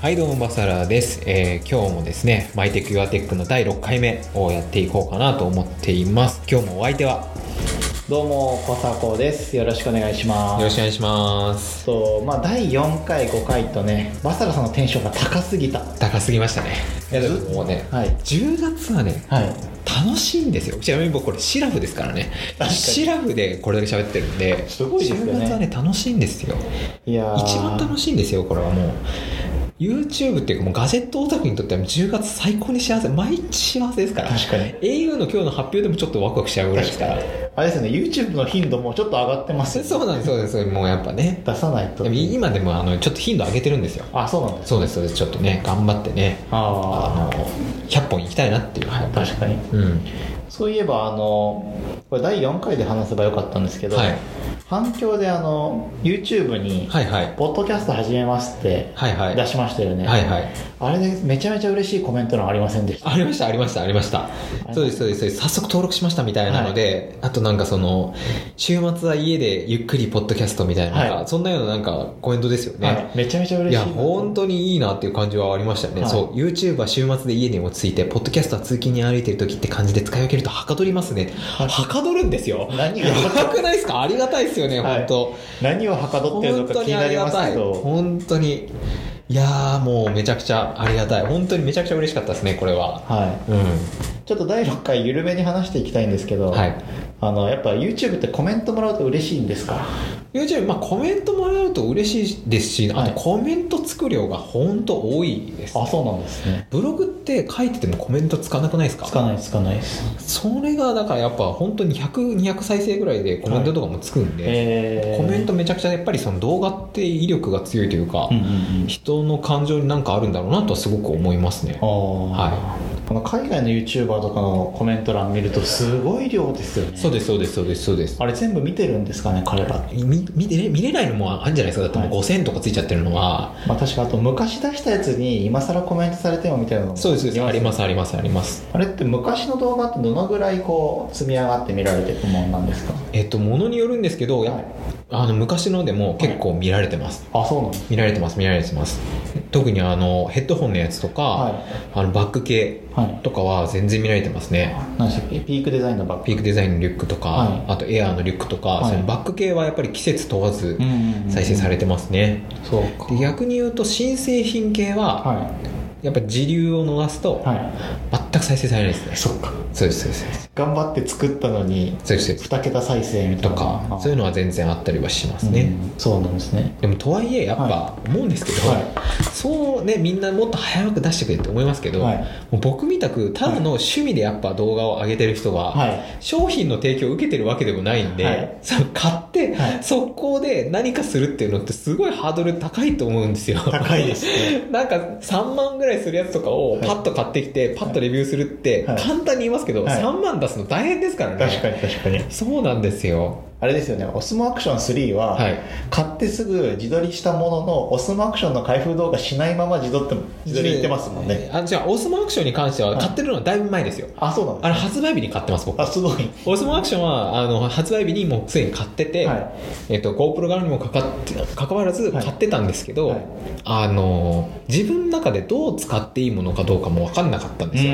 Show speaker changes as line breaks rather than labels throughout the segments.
はいどうもバサラです、えー、今日もですねマイテクユアテックの第6回目をやっていこうかなと思っています今日もお相手は
どうも、こさこです。よろしくお願いします。
よろしくお願いします。
そう、まあ、第4回、5回とね、バサラさんのテンションが高すぎた。
高すぎましたね。いや、でももうね、はい、10月はね、はい、楽しいんですよ。ちなみに僕、これ、シラフですからね。シラフでこれだけ喋ってるんで、
すごいですね。10
月はね、楽しいんですよ。いや一番楽しいんですよ、これはもう。YouTube っていうかもうガジェットオタクにとっては10月最高に幸せ毎日幸せですから
確かに
au の今日の発表でもちょっとワクワクしちゃうぐらいですから
あれですね YouTube の頻度もちょっと上がってます、ね、
そうなんですそうですもうやっぱね
出さないと
今でもあのちょっと頻度上げてるんですよ
あそうなん
ですそうですそうですちょっとね頑張ってねあの100本いきたいなっていう
確かに、
うん、
そういえばあのこれ第4回で話せばよかったんですけど、はい反響であの YouTube に、
はいはい、
ポッドキャスト始めますって、
はいはい、
出しましたよね、
はいはい、
あれでめちゃめちゃ嬉しいコメントのありませんでした、
ありましたありましたありましたそうですそうです早速登録しましたみたいなので、はい、あとなんかその週末は家でゆっくりポッドキャストみたいな、はい、そんなようななんかコメントですよね、はい
めちゃめちゃ嬉しい
や
い
本当にいいなっていう感じはありましたよね、そう YouTube は週末で家に落ち着いてポッドキャストは通勤に歩いてる時って感じで使い分けるとはかどりますねはかどるんですよ
何が
やばくないです かありがたいですよね、はい、本当
何をはかどってるのか気になりますけど
本当にいやもうめちゃくちゃありがたい本当にめちゃくちゃ嬉しかったですねこれは
はい、うん、ちょっと第6回緩めに話していきたいんですけど、
はい、
あのやっぱ YouTube ってコメントもらうと嬉しいんですか
YouTube、まあ、コメントもらうと嬉しいですし、あとコメントつく量が本当多いです、
ねはい、あそうなんですね
ブログって書いててもコメントつかなくないですか
つかないつかないです
それがだからやっぱ本当に100200再生ぐらいでコメントとかもつくんで、はい
え、
ー、コメントめちゃくちゃやっぱりその動画って威力が強いというか、うんうんうん、人の感情になんかあるんだろうなとはすごく思いますねはい
この海外の YouTuber とかのコメント欄見るとすごい量ですよね
そうですそうですそうですそうです
あれ全部見てるんですかね彼ら
見れ見れないのもあるんじゃないですかだってもう5000とかついちゃってるのは、
はい、まあ、確かあと昔出したやつに今更コメントされてもみたいなのも
そうですありますありますあります
あれって昔の動画ってどのぐらいこう積み上がって見られてるもんなんですか
えっとものによるんですけど、はい、あの昔のでも結構見られてます、
はい、あそうなんです、
ね、見られてます見られてます特にあのヘッドホンのやつとか、はい、あのバック系とかは全然見られてますね、
何でしたっけピークデザインのバック
ピークデザインのリュックとか、あとエアーのリュックとか、そのバック系はやっぱり季節問わず再生されてますね、
うんうんうん、そう
で逆に言うと新製品系は、やっぱ時流を逃すと、全く再生されないですね、はい、
そうか
そうですそうです
頑張って作ったのに2桁再生みたい
なとかそういうのは全然あったりはしますね、
うん、そうなんですね
でもとはいえやっぱ思うんですけど、はい、そうねみんなもっと早く出してくれって思いますけど、はい、もう僕みたくただの趣味でやっぱ動画を上げてる人は、商品の提供を受けてるわけでもないんで、その買って、速攻で何かするっていうのってすごいハードル高いと思うんですよ
高いで す、ね、
なんか3万ぐらいするやつとかをパッと買ってきて、パッとレビューするって簡単に言いますけど、はい、3万出すの大変ですからね
確かに確かに
そうなんですよ
あれですよねオスモアクション3は、はい、買ってすぐ自撮りしたもののオスモアクションの開封動画しないまま自撮って自撮り行ってますもんね
あじゃあオスモアクションに関しては買ってるのはだいぶ前ですよ、
はい、あそうなんです、
ね、あれ発売日に買ってます僕
あすごい
オスモアクションはあの発売日にもうすでに買ってて、はい、えーと、と GoPro 側にもかかってかかわらず買ってたんですけど、あの自分の中でどう使っていいものかどうかも分かんなかったんですよ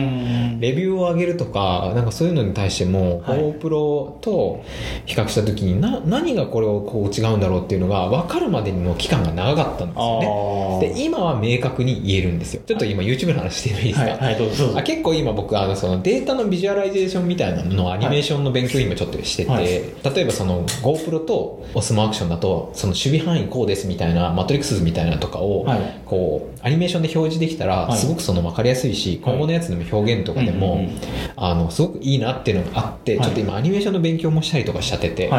レビューを上げるとかなんかそういうのに対しても GoPro と比較した時時にな何がこれをこう違うんだろうっていうのが分かるまでの期間が長かったんですよねで今は明確に言えるんですよちょっと今 YouTube の話してもいいですか、
はいはい、、
結構今僕あのそのデータのビジュアライゼーションみたいなののアニメーションの勉強今ちょっとしてて、はい、例えばその GoPro とオスモアクションだとその守備範囲こうですみたいなマトリックスみたいなとかをこうアニメーションで表示できたらすごくその分かりやすいし今後のやつの表現とかでも、うんうん、あのすごくいいなっていうのがあってちょっと今アニメーションの勉強もしたりとかしちゃってて、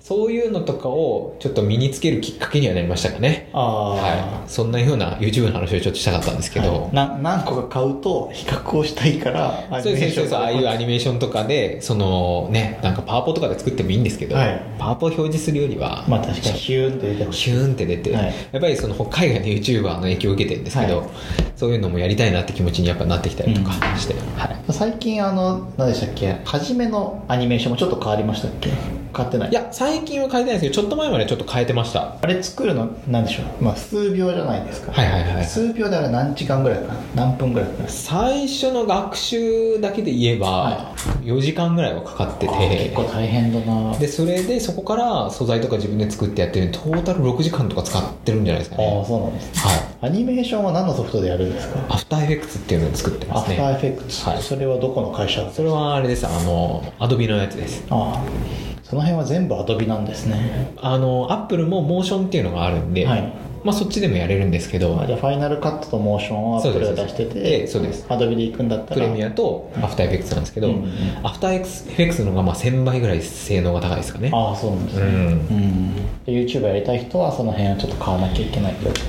そういうのとかをちょっと身につけるきっかけにはなりましたかね。はい、そんなような YouTube の話をちょっとしたかったんですけど。はい
な何個か買うと比較をしたいから、
そうですそうです。ああいうアニメーションとかで、そのね、なんかパワポとかで作ってもいいんですけど、はい、パワポを表示するよりは、
まあ確かにヒューンって出て
ヒューンって出て、やっぱりその海外の YouTuber の影響を受けてるんですけど、そういうのもやりたいなって気持ちにやっぱなってきたりとかして。うん、
最近あの、何でしたっけ、初めのアニメーションもちょっと変わりましたっけ買ってない
いや最近は変えてないですけどちょっと前までちょっと変えてました
あれ作るの何でしょうまあ数秒じゃないですか
はいはいはい
数秒であれ何時間ぐらいかな何分ぐらいかな
最初の学習だけで言えば
は
4時間ぐらいはかかってて、
あー結構大変だな
でそれでそこから素材とか自分で作ってやってるんでトータル6時間とか使ってるんじゃないですか
ああ
ね
そうなんですね
はい
アニメーションは何のソフトでやるんですか
アフターエフェクツっていうのを作って
ア
ます
フターエ
ね
フェクツ、
はい
それはどこの会社
それはあれですあのアドビのやつです
ああその辺は全部アドビなんですね
あのアップルもモーションっていうのがあるんで、
はい
まあ、そっちでもやれるんですけど
あじゃあファイナルカットとモーションをアップルが出してて
そうです
アドビで行くんだったら
プレミアとアフターエフェクツなんですけど、
うんうん
アフターエフェクツの方がまあ1000倍ぐらい性能が高いですかね
ああそうなんです
う
ね、
ん
うん、で YouTube やりたい人はその辺をちょっと買わなきゃいけないよみたい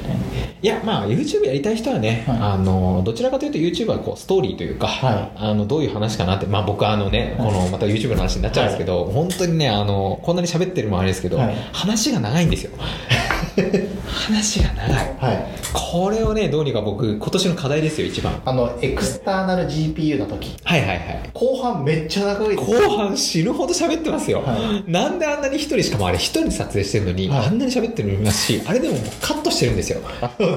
いやまあ YouTube やりたい人はね、
はい
あのどちらかというと YouTube はこうストーリーというか、
はい
あのどういう話かなって、まあ、僕はあのねこのまた YouTube の話になっちゃうんですけど、本当にねあのこんなに喋ってるのもあれですけど、
はい
話が長いん ですよ話が長い
なはい
これをねどうにか僕今年の課題ですよ一番
あのエクスターナル GPU の時
はいはいはい
後半めっちゃ長いです
後半死ぬほど喋ってますよ、
は
なんであんなに一人しかもあれ一人で撮影してるのに、
はい
あんなに喋ってるのにしあれでももうカットしてるんですよ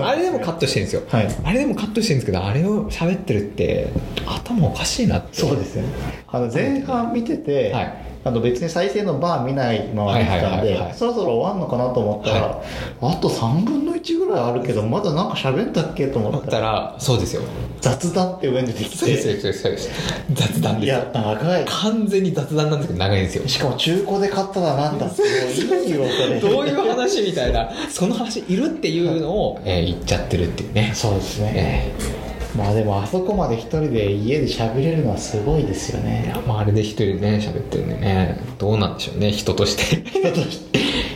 あれでもカットしてるんですよ、
はい
あれでもカットしてるんですけどあれを喋ってるって頭おかしいなって
そうですねあの前半見てて、
はい
あの別に再生のバー見ないまま見てた
はい
ん
はい
で
はいはい
そろそろ終わんのかなと思ったら、あと3分の1ぐらいあるけどまだなんか喋ったっけと思
思っ
った
た
ら
らそうですよ
雑談って上に出てき
そうですそう
て
ですそうです雑談
い
ですよ
や長い
完全に雑談なんですけど長いんですよ
しかも中古で買ったらなんだってもういいよこれ
どういう話みたいなその話いるっていうのを、えー言っちゃってるっていうね
そうですね、
えー
まあでもあそこまで一人で家で喋れるのはすごいですよ
い
ね
やまああれで一人でね喋ってるんでねどうなんでしょうね人として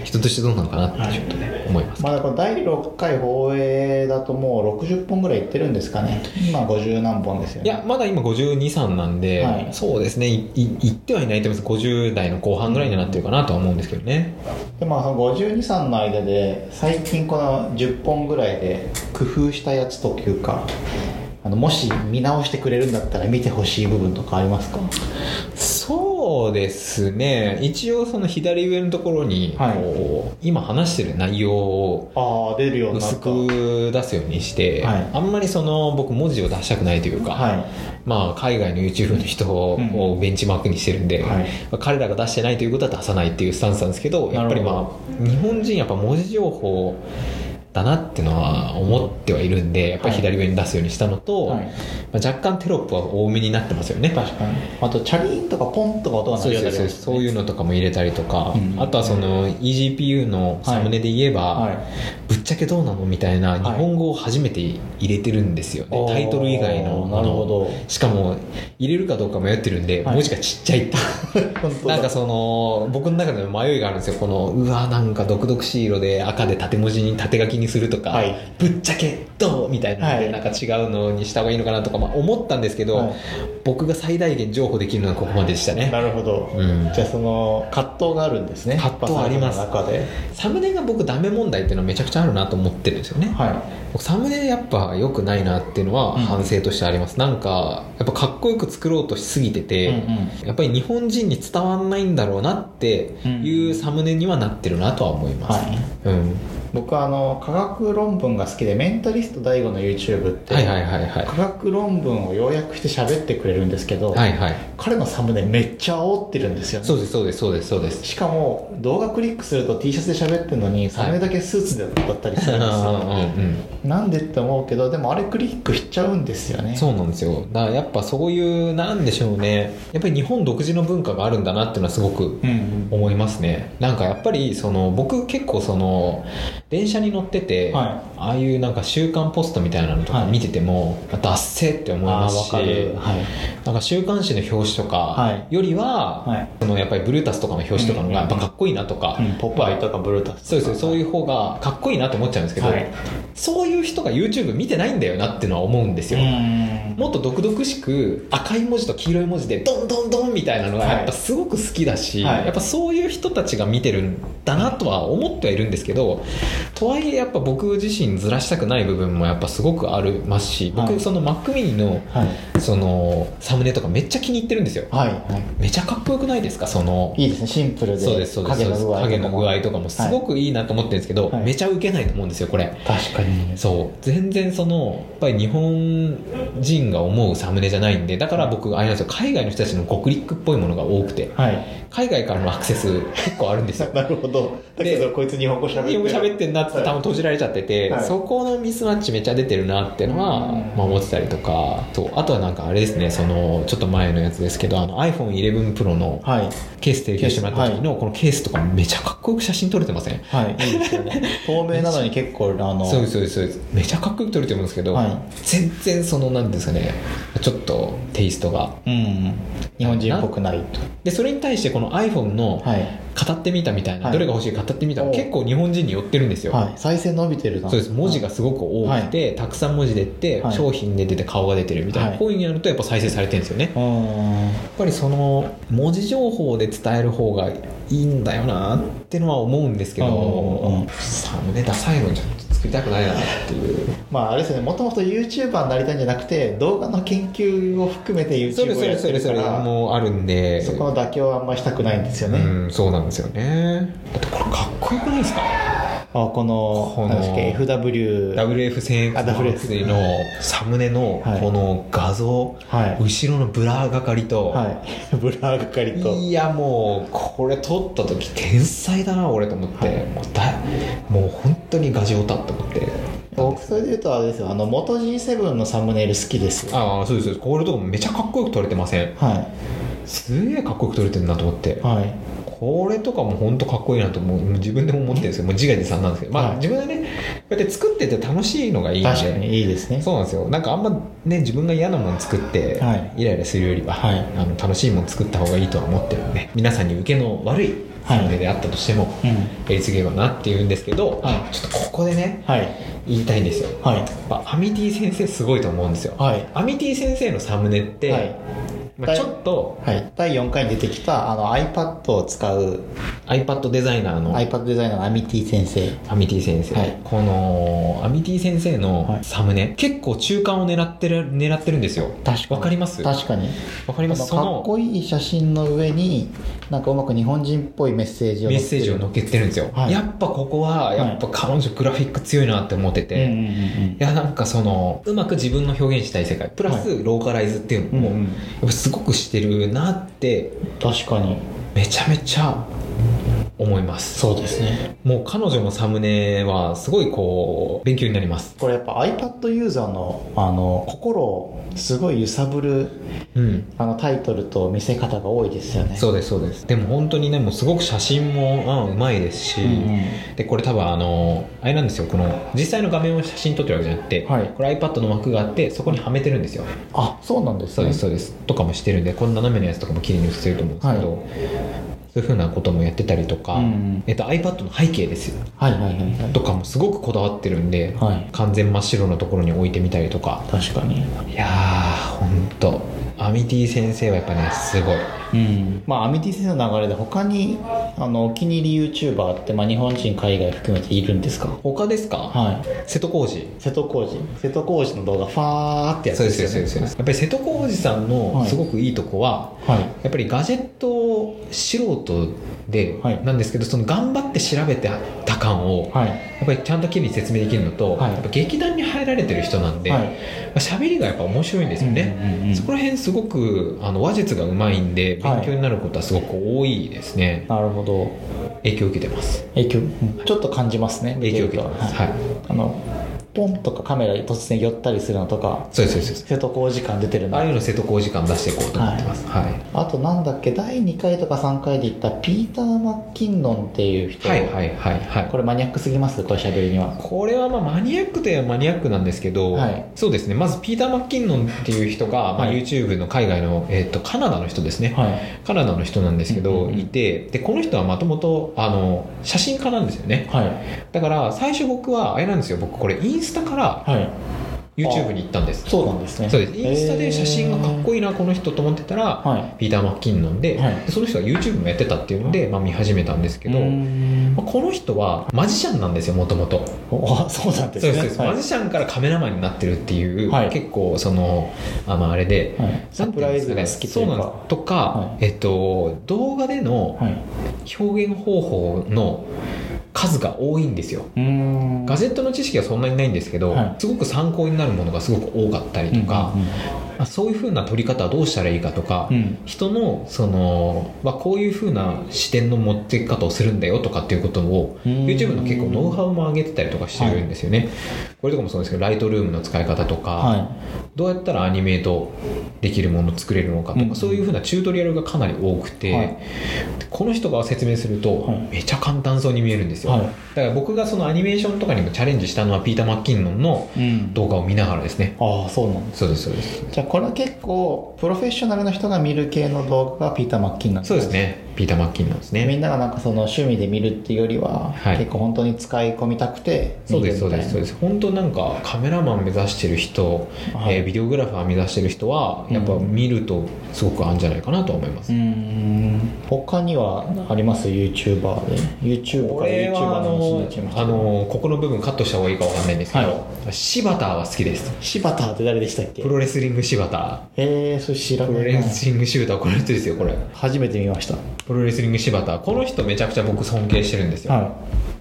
人としてどうなのかなってちょっとね思います
まあだから第6回放映だともう60本ぐらいいってるんですかね今50何本ですよ
い
ね
やまだ今523なんで、
はい
そうですねいいいってはいないと思います50代の後半ぐらいにはなってるかなとは思うんですけどね
でまあその523の間で最近この10本ぐらいで工夫したやつというかあのもし見直してくれるんだったら見てほしい部分とかありますか
そうですね一応その左上のところにこ、
はいう
今話してる内容を
ああ出るようになっ
薄
た
く出すようにして、
はい
あんまりその僕文字を出したくないというか、
は
まあ、海外の YouTube の人をベンチマークにしてるんで、
はい
まあ彼らが出してないということは出さないっていうスタンスなんですけどやっぱり
なる
まあ日本人やっぱ文字情報だなってのは思ってはいるんでやっぱり左上に出すようにしたのと、
はい
まあ、若干テロップは多めになってますよね。
い確かにあとチャリーンとかポンとか音が鳴
そ
る
う
ように
そ
な
う
り
そう
ました
そういうのとかも入れたりとか、
うん
あとはその eGPU のサムネで言えば、
はいはい
ぶっちゃけどうなのみたいな日本語を初めて入れてるんですよね、
おー
タイトル以外の
なるほど
あのしかも入れるかどうか迷ってるんで、
はい
文字がちっちゃいって
本当だ
なんかその僕の中でも迷いがあるんですよこのうわなんか毒々しい色で赤で縦文字に縦書きにするとか、
はい
ぶっちゃけどうみたいなので、
はい
なんか違うのにした方がいいのかなとか、まあ、思ったんですけど、
はい
僕が最大限譲歩できるのはここまででしたね、
なるほど、
うん
じゃあその葛藤があるんですね
葛藤あります
やっぱサーフィンの中で
サムネが僕ダメ問題っていうのはめちゃくちゃあるなと思ってるんですよね、
はい
僕サムネやっぱ良くないなっていうのは
うん
反省としてあります、なんかやっぱかっこよく作ろうとしすぎてて、
うん
やっぱり日本人に伝わんないんだろうなっていうサムネにはなってるなとは思います、
はい
うん、
僕はあの科学論文が好きでメンタリスト DAIGO の YouTube って、
はいはいはいはい
科学論文を要約して喋ってくれるんですけど、
はいはい
彼のサムネめっちゃ煽ってるんですよね
そうですそうですそうですそう です
しかも動画クリックすると T シャツで喋ってるのにサムネだけスーツだったりす
うん
る
うん
ですよ
ん
なんでって思うけどでもあれクリックしちゃうんですよ
う
ね
ん、そうなんですよだからやっぱそういうなんでしょうねやっぱり日本独自の文化があるんだなっていうのはすごく
うんうん
思いますねなんかやっぱりその僕結構その電車に乗ってて、
は
ああいうなんか週刊ポストみたいなのとか見てても、脱線って思い
あ
ま
あ
す
わ
し
かるはい
なんか週刊誌の表紙と
は
かよりは、
はい
そのやっぱりブルータスとかの表紙とかの方が
う
や
ん
っぱかっこいいなとか、
うんポップアイとかブルータスとか
そうですそういう方がかっこいいなと思っちゃうんですけど、
はい
そういう人が YouTube 見てないんだよなっていうのは思うんですよ、
うん
もっと毒々しく赤い文字と黄色い文字でドンドンドンみたいなのが
はい
やっぱすごく好きだし、
はい
やっぱそういう人たちが見てるんだなとは思ってはいるんですけどとはいえやっぱ僕自身ずらしたくない部分もやっぱすごくありますし
は
僕
い
そのマックミニの
はい
そのサムネとかめっちゃ気に入ってるんですよ、
はいはい
めちゃかっこよくないですかその
いいですねシンプルで
そうですそうです
影の具
影の
合とかも
具合とかもすごくいいなと思ってるんですけど、
はい
めちゃウケないと思うんですよこれ
確かに
そう全然そのやっぱり日本人が思うサムネじゃないんでだから僕あれなんですよ海外の人たちのごクリックっぽいものが多くて
はい
海外からのアクセス結構あるんですよ
なるほどだけどこいつ日本語喋ってる
日本語喋ってんなって多分閉じられちゃってて、
はい
そこのミスマッチめっちゃ出てるなっていうのは、
うん
まあ、思ってたりとかそうあとはなんかあれですねそのちょっと前のやつですけどあの iPhone11Pro の
はい
ケース提供してもらった時のこのケースとかめちゃかっこよく写真撮れてません
はいいいです よね透明なのに結構あの
そうですそうですそうですめちゃかっこよく撮れてるんですけど、
はい
全然そのなんですかねちょっとテイストが
うん日本人っぽくないと
でそれに対してこの iPhone の
はい、
語ってみたみたいな、
はい
どれが欲しいか語ってみた
おう
結構日本人に寄ってるんですよ、
はい、再生伸びてるな
そうです文字がすごく多くて、たくさん文字出て、
はい
商品で出て顔が出てるみたいな、
はい
こういうのやるとやっぱ再生されてるんですよね、
う
や
ん
っぱりその文字情報で伝える方がいいんだよなってのは思うんですけ
うんうんう
ど
ん
サムネダサいのちょっと作りたくないなっていう
まああれですよねもともと YouTuber になりたいんじゃなくて動画の研究を含めて YouTube をやってるから
もうあるんで
そこの妥協はあんましたくないんですよね、
うんそうなんですよねだってこれかっこよくないですか
あこの
この
なんですっけ FW
WF1000X
あ
の
WF
のサムネの
はい
この画像、
はい、
後ろのブラーがかりと、
はい、 ブラー係と
いやもうこれ撮った時天才だな俺と思って、
はい
もうだもう本当にガジオタと思って
僕それで言うとあれですよあの元 G7 のサムネイル好きですよ
ああそうですそうですこれとかもめちゃかっこよく撮れてません
はい
すげえかっこよく撮れてるなと思って
はい
これとかも本当かっこいいなともう自分でも思ってるんですけどもう自画自賛なんですけど、まあ
はい
自分でねこうやって作ってて楽しいのがいいん
確か
で
にいいですね
そうなんですよなんかあんまね自分が嫌なもの作って
はい
イライラするよりは、
はい
あの楽しいもの作った方がいいとは思ってるんで皆さんに受けの悪いサムネであったとしても、
うん
やりすぎればなって言うんですけど、
はい
ちょっとここでね
はい
言いたいんですよ
はい
やっぱアミティ先生すごいと思うんですよ、
はい
アミティ先生のサムネって、
はい
まあ、ちょっと
はい、第4回に出てきたあの iPad を使う
iPad デザイナーの
iPad デザイナーのアミティ先生
アミティ先生、
はい
このアミティ先生
は
の
い
サムネ、結構中間を狙ってる狙ってるんですよ
確かに
わかりますわ
確かに
かりますそ
かっ
の
こいい写真の上になんかうまく日本人っぽいメッセージを
メ
載
ッ
せ
セー
て
ジ
る
を載っけてるんですよ、
はい
やっぱここはやっぱ彼女グラフィック強いなって思ってて、
うん
い
うんうん
やなんかそのうまく自分の表現したい世界プラ
は
スローカライズっていう
う
の
ん
も、
うん
やっぱすごくしてるなって
確かに
めちゃめちゃ思います
そうですね
もう彼女のサムネはすごいこう勉強になります
これやっぱ iPad ユーザーのあの心をすごい揺さぶる
うん
あのタイトルと見せ方が多いですよね
そうですそうですでも本当にねもうすごく写真もうんうまいですし、
うんうん
でこれ多分あのあれなんですよこの実際の画面を写真撮ってるわけじゃなくて、
はい
これ iPad の枠があってそこにはめてるんですよ
あそうなんです
そう
ね
ですそうですとかもしてるんでこの斜めのやつとかも綺麗に写ってると思うんですけど、そういうふうなこともやってたりとか、
うんうん
えっと、iPad の背景ですよ
はいはいはいはい
とかもすごくこだわってるんで、
はい
完全真っ白のところに置いてみたりとか
確かに
いやーほんとアミティ先生はやっぱねすごい
うんまあアミティ先生の流れで他にあのお気に入り YouTuber って、まあ、日本人海外含めているんですか
他ですか、
はい
瀬戸康史
瀬戸康史瀬戸康史の動画ファーってやつ
そう
で
ですす
よ
よ
ね
そうですそうですやっぱり瀬戸康史さんの
はい
すごくいいとこは、
はい
やっぱりガジェット素人で
はい
なんですけど、その頑張って調べてた感を、
はい
やっぱりちゃんときれいに説明できるのと、
はい
やっぱ劇団に入られてる人なんで、
はい
まあ喋りがやっぱ面白いんですよね、
うんうんうん
そこら辺すごくあの話術がうまいんで
はい
勉強になることはすごく多いですね、
なるほど
影響を受けてます
影響うんちょっと感じますね
影響を受けてます
は
はいい、
あのポンとかカメラに突然寄ったりするのとか
そうですそうですそうです
瀬戸康史感出てる
ああ
な
いうの瀬戸康史感出していこうと思ってますはい、
あとなんだっけ第2回とか3回で言ったピーター・マッキンノンっていう人、
はい、はいはいはい
これマニアックすぎますこれ喋りには
これはまあマニアックといえばマニアックなんですけど、
はい
そうですねまずピーター・マッキンノンっていう人が、まあ、
はい
YouTube の海外の、えー、とカナダの人ですね、
はい
カナダの人なんですけど、
うんうんうん
いてでこの人はもともとあの写真家なんですよね
はい
だから最初僕はあれなんですよ僕これインスタから
はい
YouTube に行ったんです
そうなんですね
そうですインスタで写真がかっこいいなこの人と思ってたら、
はい
ピーター・マッキンノンで,、
はい
でその人が YouTube もやってたっていうんで、まあ、見始めたんですけど、
うーん
まあこの人はマジシャンなんですよもともと
おそうなんです
そう
ね
です、
はい
マジシャンからカメラマンになってるっていう、
はい
結構そのあ,、まあ、あれで、
はいサプライズが好きと
そ
いうう
な
か
んですとか、
は
えっと、動画での
はい
表現方法の数が多いんですよ
うーん
ガジェットの知識はそんなにないんですけど、
はい
すごく参考になるものがすごく多かったりとか、あそういうふうな撮り方はどうしたらいいかとか、
うんうんうん
人のその、まあ、こういうふうな視点の持ってき方をするんだよとかっていうことを
うーん
YouTube の結構ノウハウも上げてたりとかしてるんですよね、これとかもそうですけどライトルームの使い方とか、
はい
どうやったらアニメートできるものを作れるのかとか、
うん
そういうふうなチュートリアルがかなり多くて、
はい
この人が説明すると
はい
めちゃ簡単そうに見えるんですよ、
はい
だから僕がそのアニメーションとかにもチャレンジしたのはピーター・マッキンノンの
うん
動画を見ながらですね
ああそうなんです
そうですそうです
じゃあこれは結構プロフェッショナルの人が見る系の動画がピーター・マッキンなん
そうですねピーター・マッキンノンですね
みんながなんかその趣味で見るっていうよりは、
はい
結構本当に使い込みたくて
そうですそ
見
う
てる
で
みたいな
すそうです本当なんかカメラマン目指してる人、
はい
えービデオグラファー目指してる人はやっぱ見るとすごく合うんじゃないかなとは思いま
う
す、
ーん他にはあります YouTuber で YouTube
こ
から
れ
YouTuber
はあ
の話にな
の
っちゃいまし
あ
た
のここの部分カットした方がいいかわかんないんですけど、柴田は好きです
柴田って誰でしたっけ
プロレスリング柴田
えー、それ知ら
プ
な
ロ
い
レ
な
スリング柴田この人ですよこれ
初めて見ました
プロレスリング柴田この人めちゃくちゃ僕尊敬してるんですよ、
はい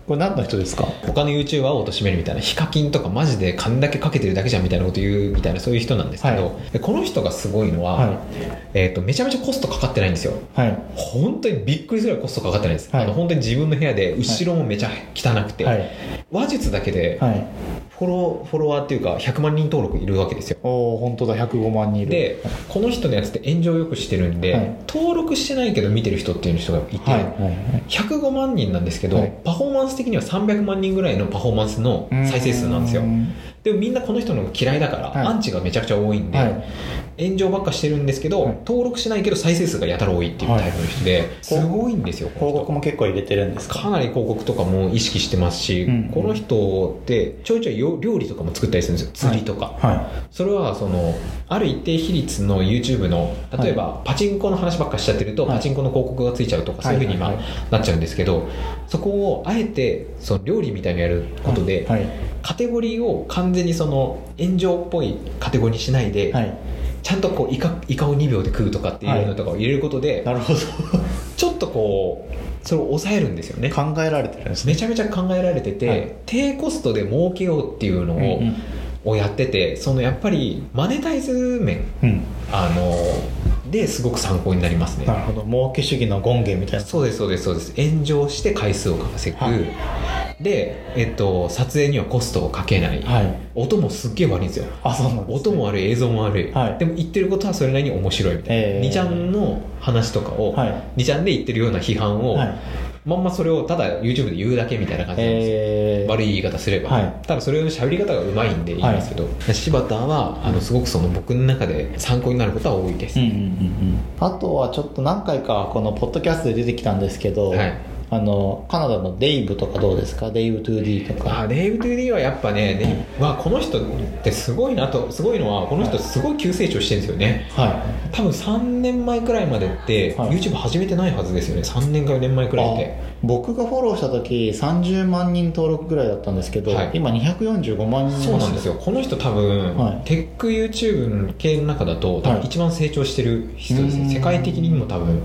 これ何の人ですか
他の YouTuber を貶めるみたいなヒカキンとかマジで金だけかけてるだけじゃんみたいなこと言うみたいなそういう人なんですけど、
は
でこの人がすごいのは、
は
えー、とめちゃめちゃコストかかってないんですよ
いはい
本当にびっくりするぐらいコストかかってないです、
はい
あの本当に自分の部屋で後ろもめちゃ汚くて、
はい
話術だけで
はい
フォローフォロワーっていうか100万人登録いるわけですよ
おお本当だ105万人いる
でこの人のやつって炎上よくしてるんで、
はい
登録してないけど見てる人っていう人がいて、
はいはいはい
105万人なんですけど、
はい
パフォーマンス的には300万人ぐらいのパフォーマンスの再生数なんですよ
うーん
でもみんなこの人の嫌いだから、
はい
アンチがめちゃくちゃ多いんで、
はい
炎上ばっかしてるんですけど、
はい
登録しないけど再生数がやたら多いっていうタイプの人で、すごいんですよこの
広
人
告も結構入れてるんですか
かなり広告とかも意識してますし、
うん
この人ってちょいちょいよ料理とかも作ったりするんですよ釣りとか、
は
それはそのある一定比率の YouTube の例えばパチンコの話ばっかしちゃってると、
はい
パチンコの広告がついちゃうとかそういうふうに今
はいはい
なっちゃうんですけどそこをあえてその料理みたいにやる
い
ことで、
はい
カテゴリーを完全にその炎上っぽいカテゴリーにしないで、
はい
ちゃんとこうイカイカを2秒で食うとかっていうのとかを入れることで、
なるほど
ちょっとこうそれを抑えるんですよね
考えられてるんですね
めちゃめちゃ考えられてて、
はい
低コストで儲けようっていうのを,、
うんうん
をやっててそのやっぱりマネタイズ面
うん
あのですごく参考になりますね
なるほど儲け主義の権限みたいな
そうですそうですそうです炎上して回数を稼ぐ、
は
で、えっと、撮影にはコストをかけない、
はい
音もすっげえ悪いんですよ
あそうなんですね
音も悪い映像も悪い、
はい
でも言ってることはそれなりに面白いみたいな、
えー
2ちゃんの話とかを、
はい
2ちゃんで言ってるような批判を、
はい
まんまそれをただ YouTube で言うだけみたいな感じなんですよ、
えー
悪い言い方すれば、
はい
ただそれの喋り方がうまいんでいいんですけど、柴田はあのすごくその僕の中で参考になることは多いです、
うんうんうんうんあとはちょっと何回かこのポッドキャストで出てきたんですけど、
はい
あのカナダのデイブとかどうですかデイブ 2D とか
あーデイブ・トゥ・ディはやっぱね、ねわこの人ってすごいなとすごいのはこの人すごい急成長してるんですよね
はい
多分3年前くらいまでって、
はい
YouTube 始めてないはずですよね3年か4年前くらいで
あ僕がフォローした時30万人登録ぐらいだったんですけど、
はい
今245万人
そうなんですよこの人多分、
はい
テック YouTube 系の中だと多
は
分
い
一番成長してる人ですね、
うーん
世界的にも多分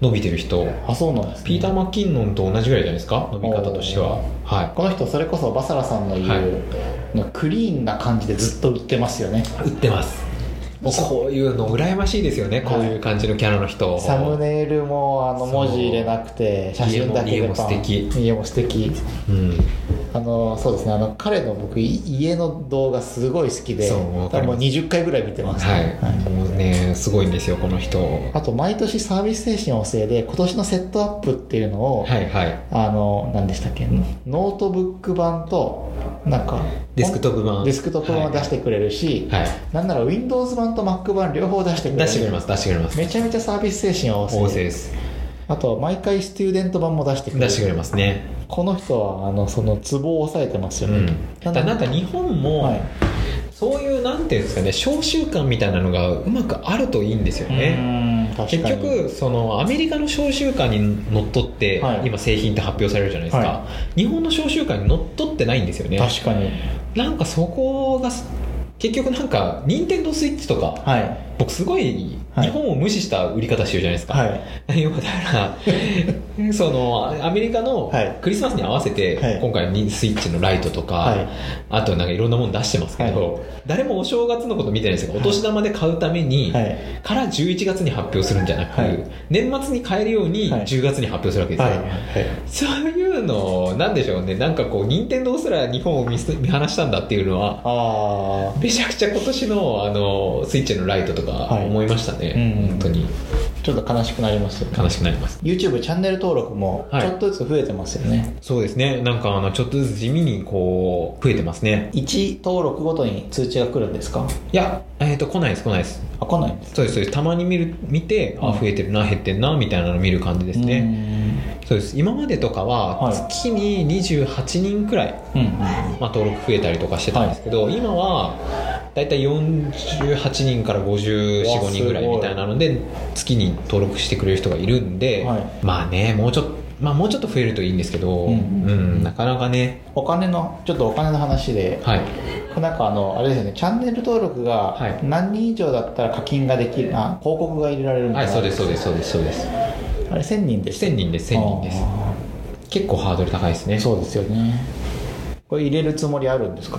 伸びてる人
あそうなんですね、
ピーター・マッキンノンと同じぐらいじゃないですか伸び方としてはは
この人それこそバサラさんの言う、
はい
のクリーンな感じでずっと売ってますよね
い売ってますもうこういうの羨ましいですよね、
はい
こういう感じのキャラの人
サムネイルもあの
そう
文字入れなくて写真だけで
家も家も素敵
家も素敵
うん
あのそうですねあの彼の僕い家の動画すごい好きで
そう
も
わ
う
かります
20回ぐらい見てます、
はい、
はい
もうねすごいんですよこの人
あと毎年サービス精神旺盛で今年のセットアップっていうのを、
はいはい
あの何でしたっけノートブック版となんか
デスクトップ版
デスクトップ版を出してくれるし、
はい、は
なんなら Windows 版と Mac 版両方出してく
い、
れる
出してくれます出してくれます
めちゃめちゃサービス精神旺盛
大勢です
あと毎回スチューデント版も出してくれる
出してくれますね
この人はあのそのツボを抑えてます
う
よね、
んだからなんか日本も、
はい
そういうなんていうんですかね召集感みたいなのがうまくあるといいんですよね結局そのアメリカの召集感にのっとって、
はい
今製品って発表されるじゃないですか、
は
日本の召集感にのっとってないんですよね
確かに
なんかそこが結局なんか任天堂スイッチとか、
はい
僕すごい
はい
日本を無視した売り方してるじゃないですか、
は い
要はだ からそのアメリカの
はい
クリスマスに合わせて、
はい
今回にスイッチのライトとか、
はい
あとなんかいろんなもの出してますけど、誰もお正月のこと見てないんですよお年玉で買うために、
はい
から11月に発表するんじゃなく、
はい
年末に買えるように
はい
10月に発表するわけですよ、
はい
そういうのなんでしょうねなんかこう任天堂すら日本を見す見放したんだっていうのは
ああ
めちゃくちゃ今年のあのスイッチのライトとか
はい
思いましたね、
うん
本当に
ちょっと悲しくなりますよね
悲しくなります
YouTube チャンネル登録も
はい
ちょっとずつ増えてますよね、
そうですねなんかあのちょっとずつ地味にこう増えてますね
1登録ごとに通知が来るんですか
いやえっ、と来ないです来ないです
あ来ないんです
そうですそうですたまに見る見てあ
うん
増えてるな減ってんなみたいなの見る感じですね、
ね
そうです今までとかは
はい
月に28人くらい、
うんうん
まあ、登録増えたりとかしてたんですけど、今はだいたい48人から545人ぐらいみたいなので月に登録してくれる人がいるんで、
はい
まあねもうちょっとまあもうちょっと増えるといいんですけど、
う
うんんなかなかね、
お金のちょっとお金の話で
はい、
なんかあのあれですよねチャンネル登録が
はい
何人以上だったら課金ができる、あ広告が入れられるみた
はいい、
な
そうですそうですそうですそうです
あれ1000人でした
1000人です1000人です
あ
結構ハードル高いですね
ーそうですよねこれ入れるつもりあるんですか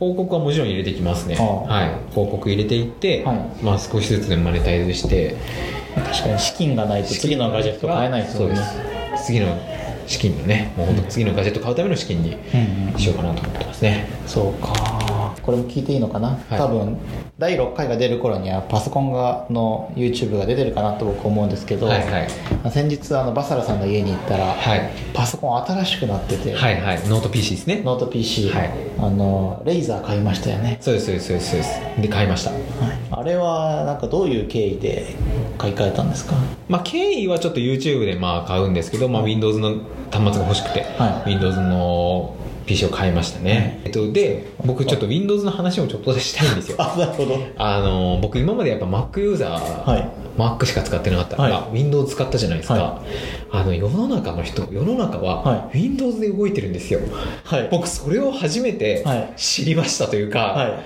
広告はもちろん入れてきますね
ああ
はい広告入れていって、
はい
まあ少しずつでマネタイズして
確かに資金がないと次のガジェット買えないです
そ
よ
う
ね
です次の資金のねもう本当次のガジェット買うための資金に
うんうん
しようかなと思ってますね、
そうかこれも聞いていいのかな、
はい
多分第6回が出る頃にはパソコンがの YouTube が出てるかなと僕思うんですけど、
はいはい
先日あのバサラさんの家に行ったら、
はい
パソコン新しくなってて、
はいはいノート PC ですね
ノート PC、
はい
あのレイザー買いましたよね、
そうですそうですそうですそうですで買いました
あれはなんかどういう経緯で買い替えたんですか
まあ、経緯はちょっと YouTube でまあ買うんですけど、まあ、Windows の端末が欲しくて、
はい
Windows の PC を買いましたね、えっと、で僕ちょっと Windows の話もちょっとしたいんですよ
あなるほど
あの僕今までやっぱ Mac ユーザー、
はい
Mac しか使ってなかったから、
は
Windows 使ったじゃないですか、
は
あの世の中の人世の中
は
は Windows で動いてるんですよ、
はい
僕それを初めて
はい
知りましたというか、
は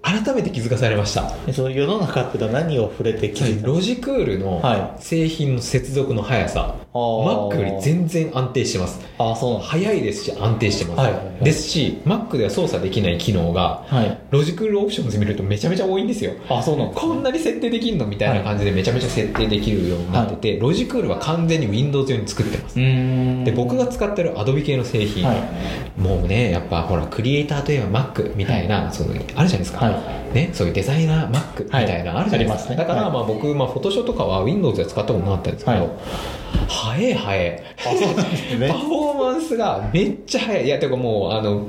改めて気づかされました
いその世の中ってのは何を触れてきて
ロジクールの
は
製品の接続の速さ、
あー
Mac より全然安定してます
あそうなん
速いですし安定してます、
はいはいはい
ですし Mac では操作できない機能が
はい
ロジクールオプションズ見るとめちゃめちゃ多いんですよ
あそうなん
こんなに設定できるのみたいな感じでめちゃめちゃ設定できるようになってて、ロジクールは完全に Windows 用に作ってます、
ん
で僕が使ってる Adobe 系の製品、
はい
もうねやっぱほらクリエイターといえば Mac みたいな、そういうのあるじゃないですか、
は
ね、そういうデザイナー Mac みたいなのあるじゃないですか、
はいありますね
だから、
はい
まあ、僕、まあ、フォトショーとかは Windows で使ったことなかったんですけど、
はい
早い早い
あそうなんです
パ
ね
フォーマンスがめっちゃ早いいやてかもうあの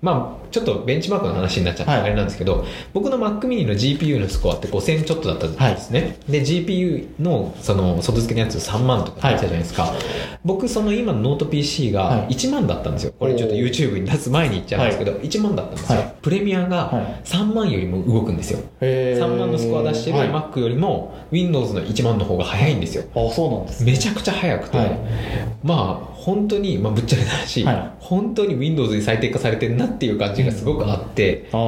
まあちょっとベンチマークの話になっちゃって
はい
あれなんですけど、僕の Mac mini の GPU のスコアって5000ちょっとだったんですね、で GPU のその外付けのやつ3万とかだったじゃないですか、僕その今のノート PC
は
が
い
1万だったんですよこれちょっと
おー
YouTube に出す前に言っちゃうんですけど、1万だったんですよ、
はい
プレミア
は
が
い
3万よりも動くんですよ、
へー
3万のスコア出してる
はい
Mac よりも Windows の1万の方が早いんですよ
あそうなんですね
めちゃくちゃ早くて、
はい
まあ本当に、まあ、ぶっちゃけな話、
はい
本当に Windows に最適化されてるなっていう感じがすごくあって、
ああ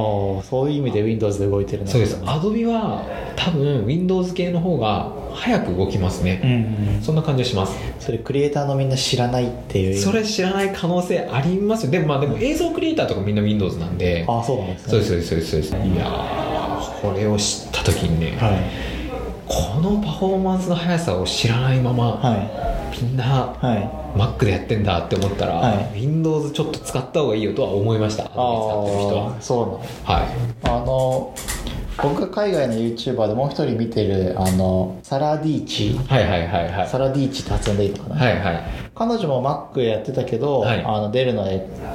そういう意味で Windows で動いてるな
そうです Adobe は多分 Windows 系の方が早く動きます
う
ね、
んうん
そんな感じがします
それクリエイターのみんな知らないっていう
それ知らない可能性ありますよでもまあでも映像クリエイターとかみんな Windows なんで
あそうなんですね
そうですそうですそうですそうですいやーこれを知った時にね、
はい
このパフォーマンスの速さを知らないまま、
は
みんない
は
Mac でやってんだって思ったら、
は
Windows ちょっと使った方がいいよとは思いました
い
使ってる人は
ああそうなんです
はい
あの僕が海外の YouTuber でもう一人見てるあのサラ・ディーチ
はいはいはいはい
サラ・ディーチって発音でいいのかな、
はいはい
彼女も Mac やってたけど、
はい
あのデルの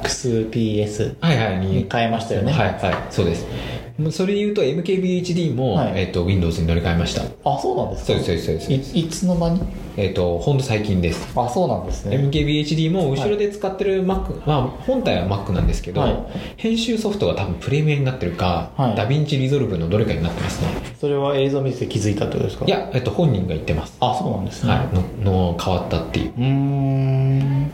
XPS
はいはい
に
に
変えましたよね、
はいはいそうですもうそれで言うと MKBHD も、
はい
えっと Windows に乗り換えました
あそうなんです
そ
か
うですそうですそうです
いいつの間に
えっ、とほんと最近です
あそうなんですね
MKBHD も後ろで使ってる Mac、まあ、本体は Mac なんですけど、
はい
編集ソフトが多分プレミアになってるか、
はい
ダヴィンチリゾルブのどれかになってますね
それは映像見てて気づいたってことですか
いや、えっと、本人が言ってます、
あそうなんですね、
はい、のの変わったっていう
うーん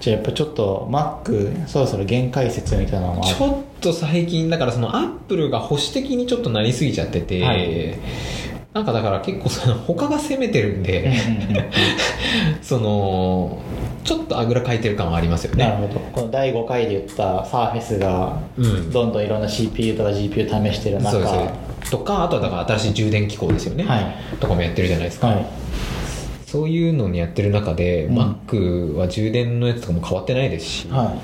じゃあやっぱちょっと Mac そろそろ限界説みたいなのもあ
ちょっと最近だからそのアップルが保守的にちょっとなりすぎちゃってて、
はい
なんかだから結構その他が攻めてるん
うん
で、
うんうん
そのちょっとあぐらかいてる感はありますよ
な
ね
るほどこの第5回で言ったサーフェスが
うん
どんどんいろんな CPU とか GPU 試してる中、
そうです
は
ねとかあとはだから新しい充電機構ですよね、
はい
とかもやってるじゃないですか、
い
そういうのにやってる中で、
うん
Mac は充電のやつとかも変わってないですし、
は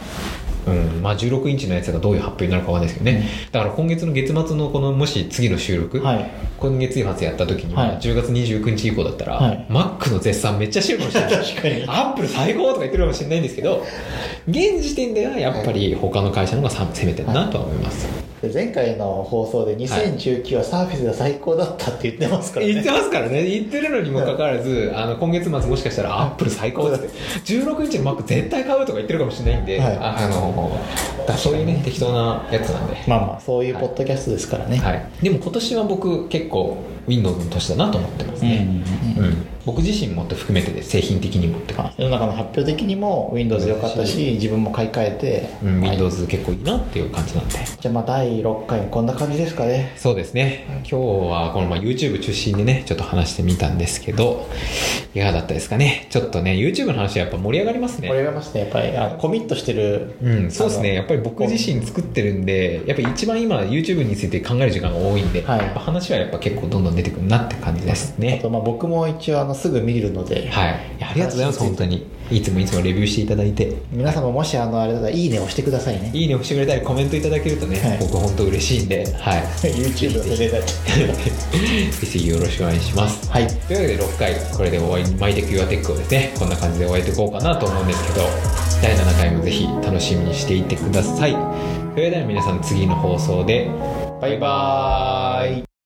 うんまあ、16インチのやつがどういう発表になるかわかんないですけどね、だから今月の月末のこのもし次の収録、
はい
今月末やった時に
はい
は10月29日以降だったら、
はい
Mac の絶賛めっちゃしてるかもしれない
確かに
アップル最高とか言ってるかもしれないんですけど現時点ではやっぱり他の会社の方がさ攻めてるなとは思います、
で前回の放送で2019はサーフェスが最高だったって言ってますからね、
言ってますからね言ってるのにもかかわらずあの今月末もしかしたらアップル最高ですって16インチの Mac 絶対買うとか言ってるかもしれないんで、
はい
あのそういうね適当なやつなんで
まあまあそういうポッドキャストですからね、
はい、でも今年は僕結構 Windows の年だなと思ってますね、
う
うんん僕自身もって含めてで製品的にもってか、
世の中の発表的にも Windows 良かったし自分も買い替えて、
うん、
はい
Windows 結構いいなっていう感じなんで、
じゃあまあ第6回もこんな感じですかね
そうですね今日はこのまあ YouTube 中心にねちょっと話してみたんですけどいかがだったですかねちょっとね YouTube の話はやっぱ盛り上がりますね
これがますねやっぱりあのコミットしてる
うん、そうです
あ
ね
の
やっぱり僕自身作ってるんでやっぱり一番今 YouTube について考える時間が多いんで、
はい
やっぱ話はやっぱ結構どんどん出てくるなって感じです
あ
ね
とまあ僕も一応あのすぐ見るので、
はいいやありがとうございます本当にいつもいつもレビューしていただいて
皆様もしあのあれだったら「いいね」を押してくださいね
いいねをしてくれたりコメントいただけるとね、
はい
僕本当嬉しいんではい
YouTube の世代
ぜひよろしくお願いします
はい
というわけで6回これで終わりマイテクユアテックをですねこんな感じで終えていこうかなと思うんですけど第7回もぜひ楽しみにしていてくださいそれでは皆さん次の放送でバイバーイ